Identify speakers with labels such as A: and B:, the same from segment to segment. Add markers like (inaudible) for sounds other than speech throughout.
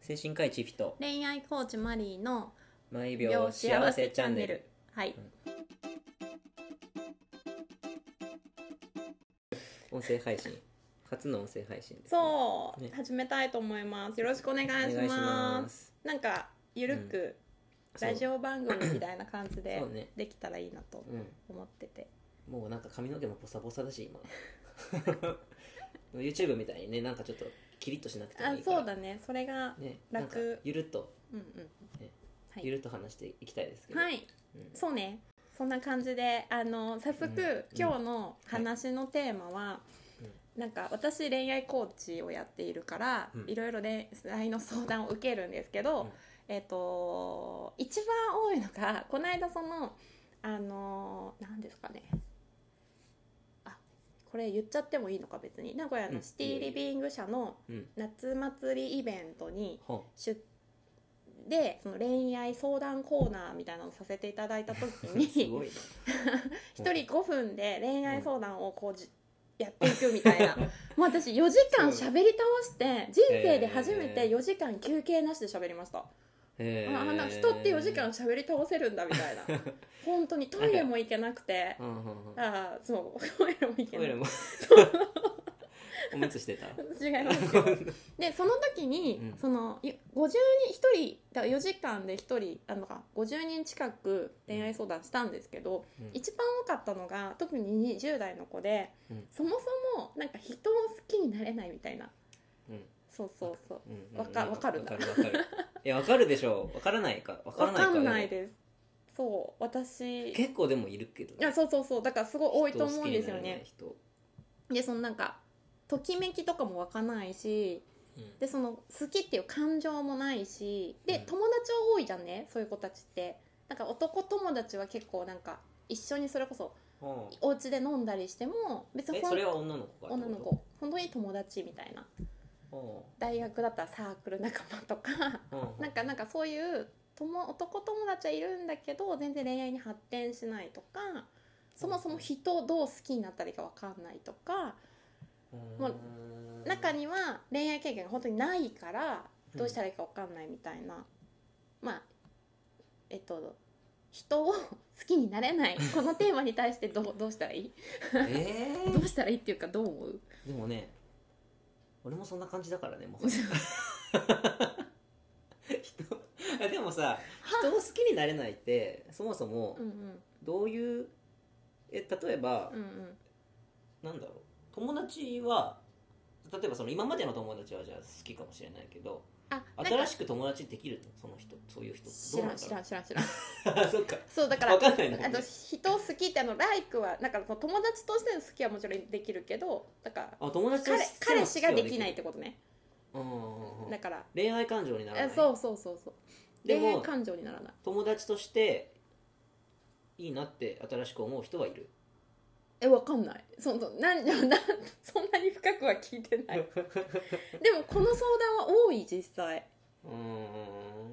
A: 精神科医チフィと
B: 恋愛コーチマリーの
A: 毎秒幸せチャンネル
B: はい、
A: 音声配信初の音声配信です、
B: そう、
A: ね
B: 始めたいと思いますよろしくお願いします
A: お願いします
B: なんかゆるく、
A: そう
B: ラジオ番組みたいな感じで
A: そうね
B: できたらいいなと
A: うん
B: 思ってて、
A: もうなんか髪の毛もボサボサだし今 (laughs) YouTube みたいにねなんかちょっとキリッとしなくても
B: あ
A: いいから
B: そうだねそれが、
A: ねなんか
B: 楽
A: ゆるっと
B: うんうんは
A: ゆ
B: い、
A: るっと話していきたいですけど
B: はい、
A: うん
B: そうねそんな感じであの早速、
A: うん
B: 今日の話のテーマは、
A: う
B: なんか私恋愛コーチをやっているから、
A: うん
B: いろいろ恋愛の相談を受けるんですけ
A: う
B: ど、
A: ん
B: えっ、と一番多いのがこの間そのあの何ですかねあこれ言っちゃってもいいのか別に名古屋
A: う
B: の
A: ん
B: シティリビング社の
A: うん
B: 夏祭りイベントに
A: ほ
B: 出でその恋愛相談コーナーみたいなのをさせていただいた時
A: う (laughs)
B: に
A: すごいな
B: (laughs) 一人5分で恋愛相談をこうじ、やっていくみたいなもう私4時間喋り倒して人生で初めて4時間休憩なしで喋りました、
A: へー
B: あなんか人って4時間喋り倒せるんだみた
A: (laughs)
B: いな本当にトイレも行けなくて
A: うんうんうん
B: ああそうトイレも行け
A: ト
B: な
A: イレ
B: い
A: も (laughs) おむつしてた
B: (laughs)
A: (laughs)
B: 違いますけどでその時に、
A: うん
B: そのい50人1人だから4時間で1人あのか50人近く恋愛相談したんですけど、
A: うん
B: 一番多かったのが特に20代の子で、
A: うん
B: そもそもなんか人を好きになれないみたいな
A: うん
B: そうそうそう
A: うんうん
B: わかわかるん
A: わ
B: だ
A: かるわかるいやわかるでしょうわからないかわか
B: わ
A: らないか
B: かんない
A: で
B: ですそう私
A: も
B: い
A: 結構でもいるけどね
B: やそうそうそうだからすごい多いと思うんですよね
A: 人を
B: でそのなんかときめきとかも湧かないし
A: 好きになれない人
B: でその好きっていう感情もないしで、
A: うん
B: 友達は多いじゃんねそういう子たちってなんか男友達は結構なんか一緒にそれこそ
A: うんはあ
B: お家で飲んだりしても別に
A: え
B: ほん
A: それは女の子か
B: 女の子本当に友達みたいな大学だったらサークル仲間とかなんかなんかそういう友男友達はいるんだけど全然恋愛に発展しないとかそもそも人をどう好きになったらいいか分かんないとかもう中には恋愛経験が本当にないからどうしたらいいか分かんないみたいな、まあえっと人を好きにな
A: (laughs)
B: れないこのテーマに対してどうどうしたらいい
A: らえ
B: どうしたらいいっていうかどう
A: (laughs)
B: 思う
A: ーでもね俺もそんな感じだからねも
B: (laughs)
A: う人あでもさ人を好きになれないってそもそも
B: うんうん
A: どういうえ例えば
B: うんうん
A: なんだろう友達は例えばその今までの友達はじゃあ好きかもしれないけど
B: あなんか
A: 新しく友達できるのその人そういう人
B: 知らん知らん知らん知ら
A: ど
B: ん
A: うなんだろう (laughs) そっか
B: そうだから
A: わかんないんだも
B: あ
A: んね
B: と人を好きってあのライクはなんかその友達としての好きはもちろんできるけどだから
A: あ友達と
B: 彼
A: しての
B: 彼
A: 好
B: 氏
A: き
B: が
A: は
B: できないっ
A: る
B: てことね
A: うんうんうんうん
B: だから
A: 恋愛感情になら
B: え
A: ない
B: そうそうそうそう
A: で
B: 恋愛
A: も
B: 感情にならない
A: 友達としていいなって新しく思う人はいる
B: えわかんないそのなん (laughs) なんなんそんなに深くは聞い
A: (laughs)
B: てないでもこの相談は多い実際
A: うー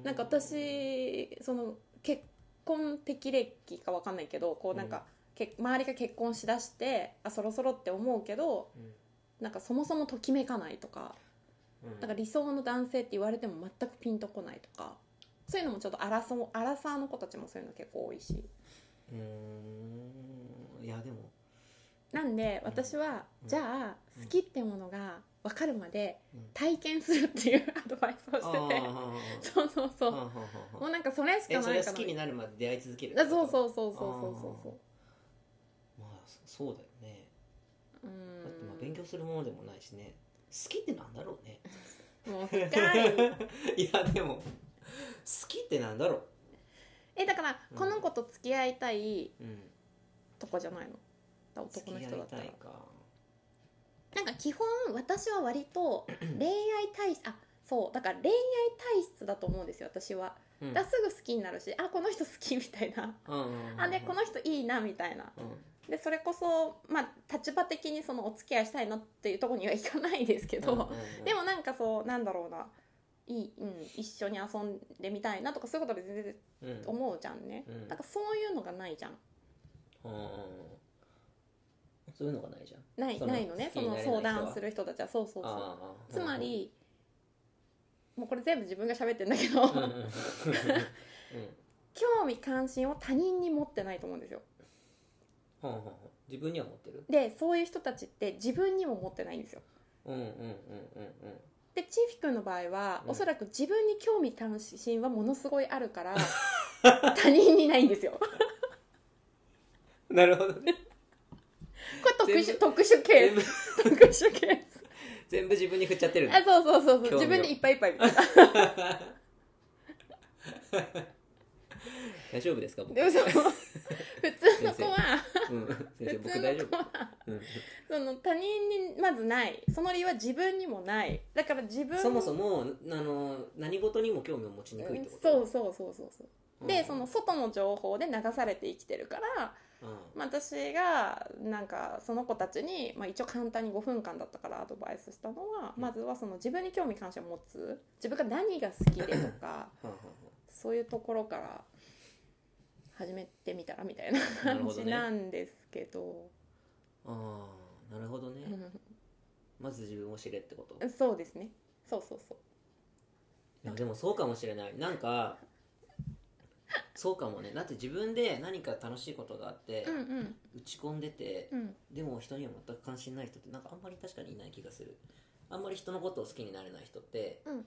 A: ん
B: なんか私その結婚適歴かわかんないけどこうなんか、け周りが結婚しだしてあそろそろって思うけど
A: うん
B: なんかそもそもときめかないとか
A: うん
B: なんか理想の男性って言われても全くピンとこないとかそういうのもちょっとアラソアラサーの子たちもそういうの結構多いし
A: うーんいやでも
B: なんで私は、
A: うん
B: じゃあ
A: うん
B: 好きってものが分かるまで
A: うん
B: 体験するっていう (laughs) アドバイスを
A: あ
B: しててそうそうそ
A: あ
B: うもうなんかそれしか
A: え
B: ない
A: そ
B: か
A: れ
B: な
A: は好きになるまで出会い続ける
B: あそう
A: う
B: そうそうそうそうそうそ
A: まあそそうだよね
B: うう
A: だってまあ
B: ー
A: 勉
B: ん
A: 強するものでもないしね好きってなんだろうね
B: もう深い
A: (laughs) いやでも好きってなんだろ
B: えだから
A: うん、
B: この子と付き合いたいう
A: うん、
B: とかじゃないの
A: 付
B: 男の
A: き合
B: 人だ
A: い
B: った
A: た
B: ら
A: いか
B: なんか基本私は割
A: (clears throat)
B: と恋愛体質あそうだから恋愛体質だと思うんですよ私は
A: うん
B: だからすぐ好きになるしあこの人好きみたいなあでこの人いいなみたいな
A: う
B: でそれこそまあ立場的にそのお付き合いしたいなっていうところにはいかないですけ
A: ん
B: ど、
A: うんうんうん
B: でもなんかそうなんだろうないい、うん、一緒に遊んでみたいなとかそういうことで全然
A: うん
B: 思うじゃんね、
A: うん
B: なんかそういうのがないじゃん
A: うんそういうのがないじゃん
B: ない
A: その
B: ないのね
A: 好
B: そ
A: きになれない
B: の
A: 人
B: 相
A: は
B: 談する人たちはそうそうそう
A: ああ
B: つまりもうこれ全部自分が喋ってんだけど、
A: うんうんうん
B: 興味関心を他人に持ってないと思うんですよ
A: ほんほんほん自分には持ってる
B: でそういう人たちって自分にも持ってないんですよ
A: うんうんうんうん
B: でチーフィ君の場合は、
A: うん
B: おそらく自分に興味関心はものすごいあ
A: (laughs)
B: るから他人にないんですよこ
A: うんなるほどね
B: れ特
A: 全
B: 殊
A: 部
B: 特殊ケ
A: 全
B: ー
A: 部
B: ス特殊ケース
A: 全部自分に振っちゃってるんだ
B: あそうそうそうそ
A: 興味を
B: う自分でいっぱいいっぱいみたいな
A: 大丈夫ですか僕
B: で
A: (laughs)
B: もその普通の子は
A: うん先生
B: 普
A: 僕
B: 通
A: 大丈
B: の子
A: 夫
B: は
A: うん
B: その他人にまずないその理由は自分にもないだから自分
A: そもそもあの何事にも興味を持ちにくいってこと
B: そうそうそうそうそう
A: うん
B: でその外の情報で流されて生きてるから、
A: うん
B: まあ、私がなんかその子たちに、まあ、一応簡単に5分間だったからアドバイスしたのは、
A: うん
B: まずはその自分に興味関心を持つ自分が何が好きでとか
A: はんはんはん
B: そういうところから始めてみたらみたいな
A: なる
B: 感
A: ほど
B: じ
A: ね
B: なんですけど
A: ああなるほどね、まず自分を知れってこと
B: うん、そうですねそうそうそう
A: いやでもそうかもしれないなんかそうかもねだって自分で何か楽しいことがあって、
B: うんうん
A: 打ち込んでて
B: うん
A: でも人には全く関心ない人ってなんかあんまり確かにいない気がするあんまり人のことを好きになれない人って、
B: うん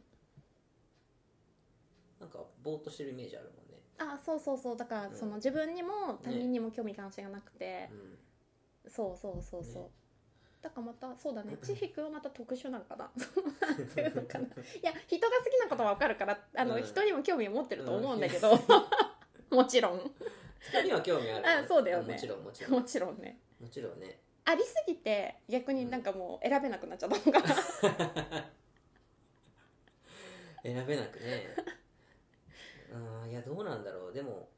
A: なんかぼーっとしてるイメージあるもんね、
B: あそうそうそうだから、
A: うん
B: その自分にも他人にも興味関心がなくて、
A: うん (laughs)
B: そうそうそうそう、
A: ね
B: だからまたそうだね千尋はまた特殊なのかななんていうのかないや人が好きなことは分かるからあの、
A: うん
B: 人にも興味を持ってると思うんだけど、 (laughs) もちろん
A: 人には興味ある
B: あそうだよね
A: もちろんもちろん
B: (laughs) もちろんね
A: もちろんね
B: ありすぎて逆になんかもう選べなくなっちゃったのかな
A: 選べなくね (laughs) うんいやどうなんだろうでも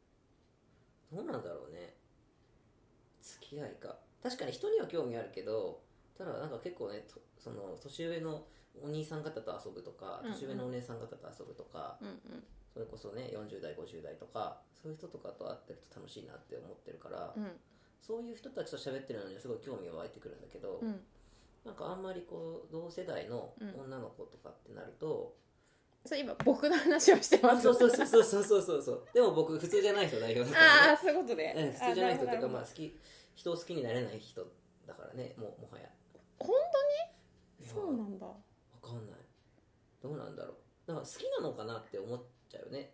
A: どうなんだろうね付き合いか確かに人には興味あるけどただなんか結構ねとその年上のお兄さん方と遊ぶとか
B: うんうん
A: 年上のお姉さん方と遊ぶとか、
B: (laughs) うんうん
A: それこそね40代50代とかそういう人とかと会ってると楽しいなって思ってるから、
B: うん
A: そういう人たちと喋ってるのにはすごい興味が湧いてくるんだけど、
B: うん
A: なんかあんまりこう同世代の女の子とかってなると、
B: そういえば僕の話をしてます
A: そうそうそうそうそうそうそうそうでも僕普通じゃない人代表だから、
B: あ
A: ね
B: あそういうことで、
A: うん、普通じゃない人っていうかまあ
B: あ
A: 好き人を好きになれない人だからねもうもはや
B: 本
A: 当
B: なるほどそうなんだ
A: わかんないどうなんだろうだから好きなのかなって思っちゃうよね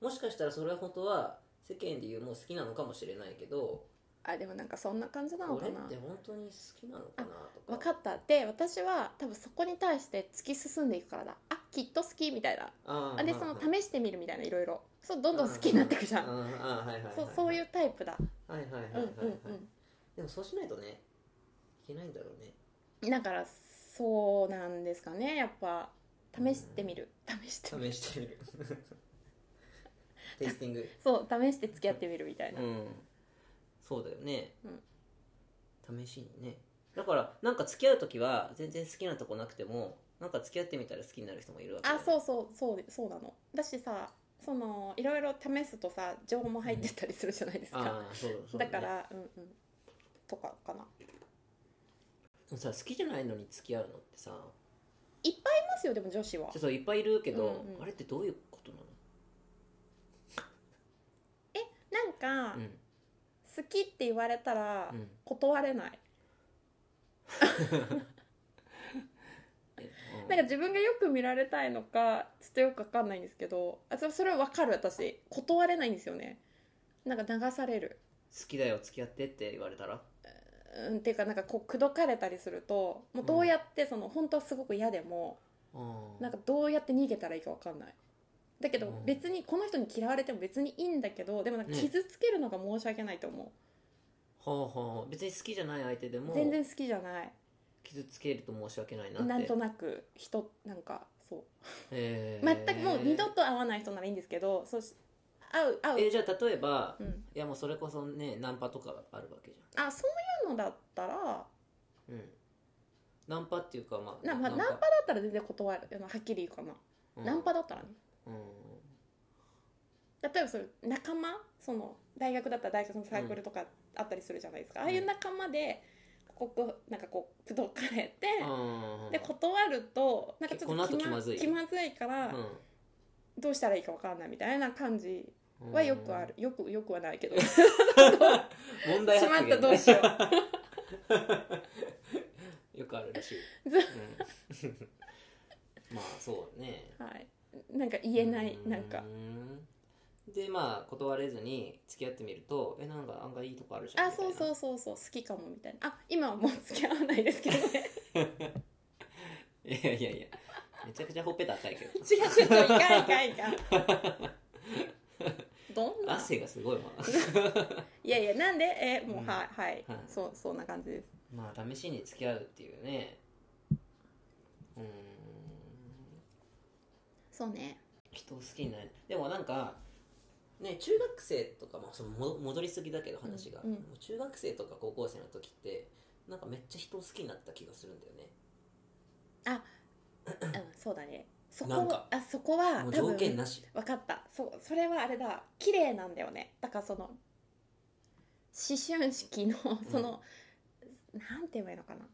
A: もしかしたらそれは本当は世間で言うもう好きなのかもしれないけど
B: あでもなんかそんな感じなの
A: こ
B: か
A: れっ
B: な
A: て本当に好きなのかなとか
B: 分かったで私は多分そこに対して突き進んでいくからだあきっと好きみたいな
A: あー
B: あで
A: はい
B: その
A: はい
B: 試してみるみたいないろいろそうどんどん好きになってくじゃ
A: うんんうんあーはいはいはい
B: そうそういううタイプだ
A: はいはいはいはい
B: うん
A: は
B: う
A: い
B: ん
A: でもそうしないとねいけないんだろうね
B: うんだからそうなんですかねやっぱ試してみる試してみる
A: 試してみ
B: (laughs)
A: るテイスティング
B: そう試して付き合ってみるみたいな
A: うんそうだよね、試しにねだからなんか付き合う時は全然好きなとこなくてもなんか付き合ってみたら好きになる人もいるわけ
B: あそううそうそうそうなのだしさそのいろいろ試すとさ情報も入ってたりするじゃないですか
A: あーそうそう
B: だ
A: ね
B: からうんうんとかかな
A: でもさ好きじゃないのに付き合うのってさ
B: いますよでも女子は
A: ちょっといっぱいいるけど、
B: うんうん
A: あれってどういうことなの
B: なんか、
A: うん
B: 好きって言われたら
A: うん
B: 断れない、
A: えうん
B: なんか自分がよく見られたいのかちょっとよくわかんないんですけどあそそれはわかる私断れないんですよねなんか流される
A: 好きだよ付き合ってって言われたら
B: うんっていうかなんかこう口説かれたりするともうどうやってその、本当はすごく嫌でもなん
A: か
B: かどうやって逃げたらいいかわかんないだけ
A: う
B: ど
A: ん
B: 別にこの人に嫌われても別にいいんだけどでもなんか
A: ね
B: 傷つけるのが申し訳ないと思
A: ほうほう別に好きじゃない相手で
B: う、
A: も
B: 全然好きじゃない
A: 傷つけると申し訳ないなって
B: なんとなく人なんかそう
A: へー
B: 全くもう二度と会わない人ならいいんですけどそうし会う会
A: え
B: う、
A: ーじゃあ例えば、
B: うん、
A: いやもうそれこそねナンパとかがあるわけじ
B: あそういうのだったらな
A: ゃん、うん、ナンパっていうかまあ
B: まあナンパだったら全然断るあのはっきり言うかな、
A: うん
B: ナンパだったらね
A: うん
B: 例えばそれ仲間その大学だったら大学のサークルとかあったりするじゃないですか、ああいう仲間で告なんかこう口説かれて、
A: うん
B: で断るとなんかちょっ
A: 結構
B: と
A: なと気まずい
B: 気まずいから、どうしたらいいかわかんないみたいな感じはよくある、よくよくはな
A: (laughs)
B: いけどし
A: うん問題
B: ま
A: 発
B: った
A: 言
B: どうしよう
A: よくあるらしい、うん
B: ず
A: (laughs) まあそうね
B: はいなんか言えないなんか
A: うんでまあ断れずに付き合ってみるとえなんか案外いいとこあるじゃん
B: あそうそううそうそう好きかもみたいなあ今はもう付き合わないですけど
A: (laughs)
B: ね
A: いやいやいやめちゃくちゃほっぺた赤いけど
B: 違う (laughs) 違う違ういかんい
A: (laughs)
B: かんいかんどんな
A: 汗がすごいわ
B: いやいやなんでえもう、
A: うん
B: はいはい、
A: はい
B: そうそんな感じです
A: まあ試しに付き合うっていうねうん
B: そうね
A: 人を好きになるでもなんかね中学生とか、まあ、そのも戻りすぎだけど話が、
B: うんうん
A: もう中学生とか高校生の時ってなんかめっちゃ人を好きになった気がするんだよね
B: うんそうだねそこ
A: なんか
B: あそこは
A: もう
B: 多
A: 条
B: 分
A: 件なし
B: 分かったそうそれはあれだ綺麗なんだよねだからその思春期のその、なんて言えばいいのかな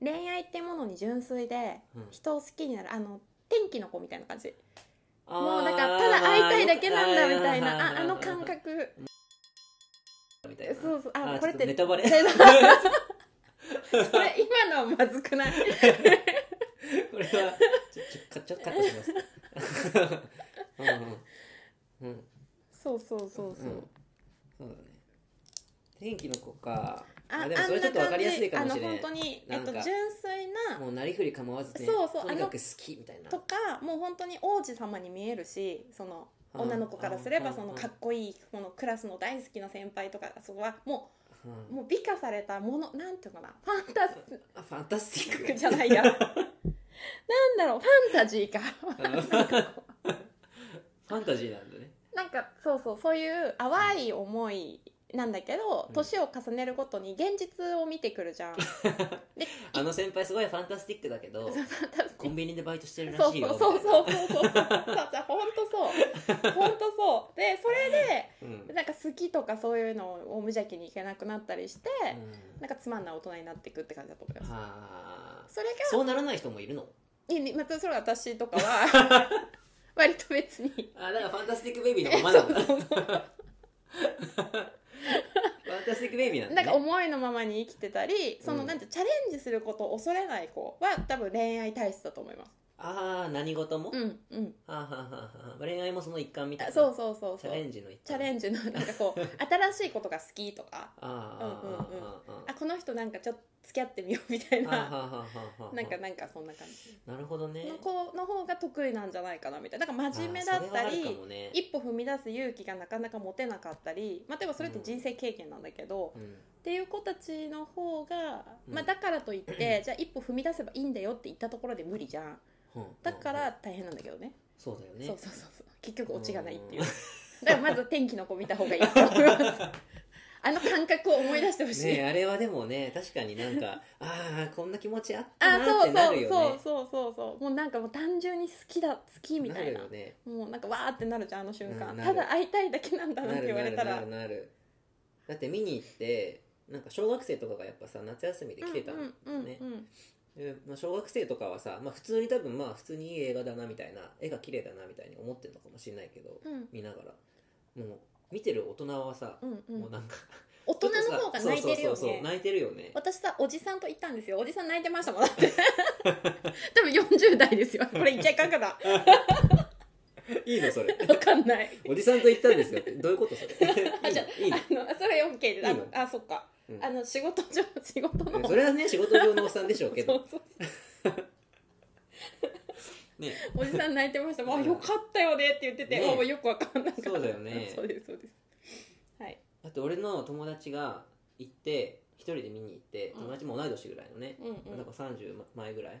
B: 恋愛ってものに純粋で
A: うん
B: 人を好きになるあの天気の子みたいな感じも
A: も
B: うだからただ会いたいだけなんだみたいなああの感
A: (laughs)
B: 覚
A: みたいな
B: そうそうあこれっ
A: ちょと
B: て
A: ネタバレ
B: (laughs) それ
A: こ
B: 今のはまず
A: (laughs)
B: くない
A: れはちょちょちょカットします
B: (laughs)
A: うんうんうん
B: そうそうそうそう、
A: んそうだね天気の子か
B: あ
A: でもそれちょっと分かりやすいかもしれ
B: あ
A: なんい
B: な感じあの本当に、えっと、
A: なんか
B: 純粋
A: (laughs)
B: な
A: もうなりふり構わずね
B: そうそう
A: とにかく好きみたいな
B: とかもう本当に王子様に見えるしその
A: うん
B: 女の子からすれば
A: うん
B: その
A: うん
B: かっこいいこのクラスの大好きな先輩とかそこはも
A: うん
B: うもう美化されたものなんていうのかなファンタステ
A: あファンタスティッ
B: ィッ
A: ク
B: ク
A: (laughs)
B: じゃないやなんだろうファンタジーか
A: ファンタジーなんだね
B: なんかそうそうそういう淡い思いなんだけど
A: うん
B: 年を重ねるごとに現実を見てくるじゃんフ
A: あの先輩すごいファンタスティックだけ
B: (laughs)
A: ど
B: ァンタスティック
A: コンビニでバイトしてるら
B: そう
A: しいよ
B: そうそう
A: み
B: そうそう
A: (laughs)
B: そうそう本当そう本当そうでそれで
A: たいなうん
B: なんか好きとかそういうのを無邪気にいけなくなったりして、
A: うん
B: なんかつまんない大人になっていくって感じだと思います、
A: あー
B: それ
A: そうならない人もいるの
B: がいやまたそれは私とかは
A: (laughs)
B: 割と別に
A: あだからファンタスティックベイビーのままなんだ (laughs) ファンタスティックベイビーなん
B: な
A: だ
B: ん
A: ね
B: か思いのままに生きてたりその、
A: うん
B: なんてチャレンジすることを恐れない子は多分恋愛体質だと思います
A: ああ何事も、
B: うんうん
A: はあはあはあはあ恋愛もその一環みたい
B: あ
A: な
B: そうそうそう
A: チ
B: そ
A: ャレ
B: う
A: ンジの一環
B: チャレ
A: ンジ
B: ンジのなん
A: (laughs)
B: かこう新しいことが好きとか
A: あ
B: うんうん
A: ー
B: うん
A: あーあーあー
B: あこの人なんかちょっと付き合ってみようみたい
A: はあは
B: な
A: あはあはあ
B: なんかなんかそんな感じ
A: なるほどね
B: の子の方が得意なんじゃないかなみたいななんか真面目
A: あ
B: だった
A: ーそれはあるか
B: り
A: もね
B: 一歩踏み出す勇気がなかなか持てなかったり、まあ、でもそれって人生経験なんだけど、
A: うん
B: っていう子たちの方が、
A: うん
B: まあ、だからといって、じゃあ一歩踏み出せばいいんだよって言ったところで無理じゃん
A: うんうん
B: だから大変なんだけどね
A: そうだよね
B: そうそうそうそう結局オチがないっていう
A: うん
B: だからまず天気の子見た方がいいと思いますあの感覚を思い出してほしい、
A: ねあれはでもね確かになんかああこんな気持ちあっ
B: あ
A: たなっ
B: そ
A: て
B: う
A: なるよね
B: そうそうそうそうそうもうなんかもう単純に好きだ好きみた
A: ないる
B: な
A: よね
B: もうなんかわーってなるじゃんあの瞬間、
A: うんなる
B: ただ会いたいだけなんだなっ
A: な
B: て
A: る
B: 言わ
A: な
B: れ
A: る
B: たら
A: なるなるだって見に行ってなんか小学生とかがやっぱさ夏休みで来てたの、
B: うんうんうん
A: ね
B: うん
A: でまあ、小学生とかはさ、まあ、普通に多分まあ普通にいい映画だなみたいな絵が綺麗だなみたいに思ってるのかもしれないけど
B: うん
A: 見ながらもう見てる大人はさ、
B: うんうん
A: もうなんか
B: 大人の方が泣いてるよ
A: そうそうそうそう
B: ね
A: 泣いてるよね
B: 私さおじさんと行ったんですよおじさん泣いてましたもん
A: (laughs)
B: だって多分40代ですよこれいっちゃいかんかな
A: いいのそれ
B: わかんない
A: おじさんと行ったんですよってどういうことそれいい
B: じゃ
A: のいい
B: (laughs) あ
A: の
B: のそれ OK であ
A: いいの
B: のあそっか、
A: うん
B: あの仕事上仕事の (laughs)
A: それはね仕事上のおっさんでしょうけ
B: そ
A: ど
B: うそうそう
A: ね
B: おじさん泣いてましたもう
A: (laughs) う
B: あ
A: ん
B: よかったよねって言ってて、
A: ね
B: もうよくわかんない
A: そうだよね
B: (laughs) そうですそうですはい
A: だって俺の友達が行って一人で見に行って
B: うん
A: 友達も同い年ぐらいのね、
B: うんうん
A: なんか30前ぐらい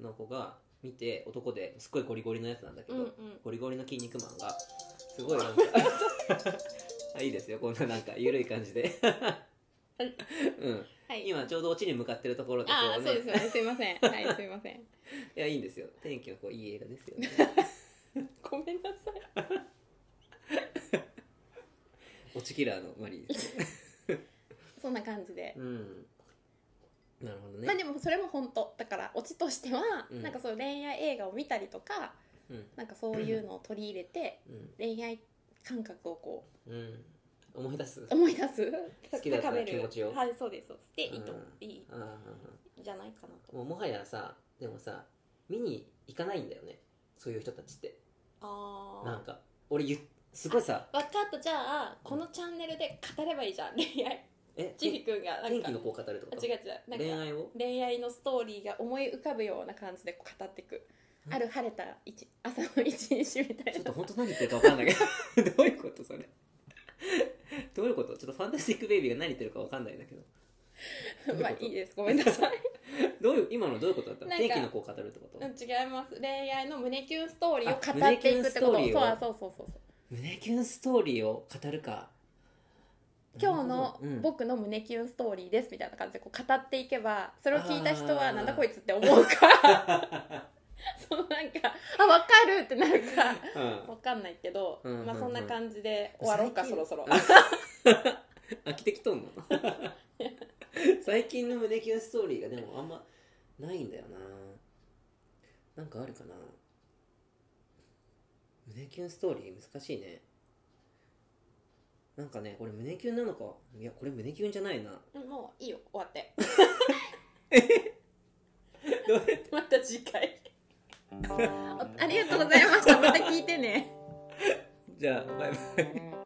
A: の子が見て男ですっごいゴリゴリのやつなんだけ
B: う
A: ど、
B: んうん
A: ゴリゴリの筋肉マンがすごい
B: (laughs)
A: なんか (laughs) あいいですよこんななんか緩い感じで
B: はい
A: うん
B: はい
A: 今ちょうどオチに向かってるところでこ
B: ああ
A: う
B: そうです
A: ね
B: よねすいませんはいすいません
A: (laughs) いやいいんですよ天気の子いい映画ですよ (laughs) ね
B: ごめんなさい
A: オチキラーのマリーです
B: そんな感じで、
A: うんなるほどね、
B: まあでもそれも本当だからオチとしては、
A: うん
B: なんかそういう恋愛映画を見たりとか
A: うん
B: なんかそういうのを取り入れて、
A: うん
B: 恋愛感覚をこ
A: うん思い出す
B: う思い出す
A: 好きだった
B: 高める
A: 気持ちを
B: はいそうですそうですで、いいと
A: うん
B: いい
A: うんうん
B: んじゃないかなと
A: うんもうもはやさでもさ見に行かないんだよねそういう人たちって
B: あ
A: なんか俺ゆすごいさ
B: 分かったじゃあこのチャンネルで語ればいいじゃん恋愛
A: え
B: ちひくんがなんか
A: 天気の子を語るってこ
B: あ
A: と
B: 違う違うなんか
A: 恋愛 (laughs) を
B: 恋愛のストーリーが思い浮かぶような感じでこう語っていく
A: うん
B: ある晴れた一朝の一日みたい
A: ちょっ
B: (laughs) な
A: と本当何言ってるか分かんないけど (laughs) どういうことそれどういうことちょっとファンタスティックベイビーが何言ってるか分かんないんだけど
B: まあいいですごめんなさい
A: どういう今のどういうことだったの
B: なんか
A: 天気の子を語るってこ
B: うん
A: と
B: 違います恋愛の胸キュンストーリーを
A: あ
B: 語っていくってこと
A: 胸キュンストーリーを
B: そうそうそうそう
A: 胸キュンストーリーを語るか
B: 今日の
A: うん
B: 僕の胸キュンストーリーですみたいな感じでこう語っていけばそれを聞いた人
A: あ
B: は
A: ー
B: なんだこいつって思うか (laughs) そのなんかあわかるってなる
A: (laughs)
B: か
A: うん
B: わかんないけど、
A: うんうんうん
B: まあそんな感じで終わろうか
A: 最近
B: そろそろ
A: (laughs) 飽きてきとんの (laughs) 最近の胸キュンストーリーがでもあんまないんだよななんかあるかな胸キュンストーリー難しいねなんかねこれ胸キュンなのかいやこれ胸キュンじゃないな
B: もういいよ終わって
A: どうやって
B: (laughs) また次回ありがとうございましたまた聞いてね
A: じゃあバイバイ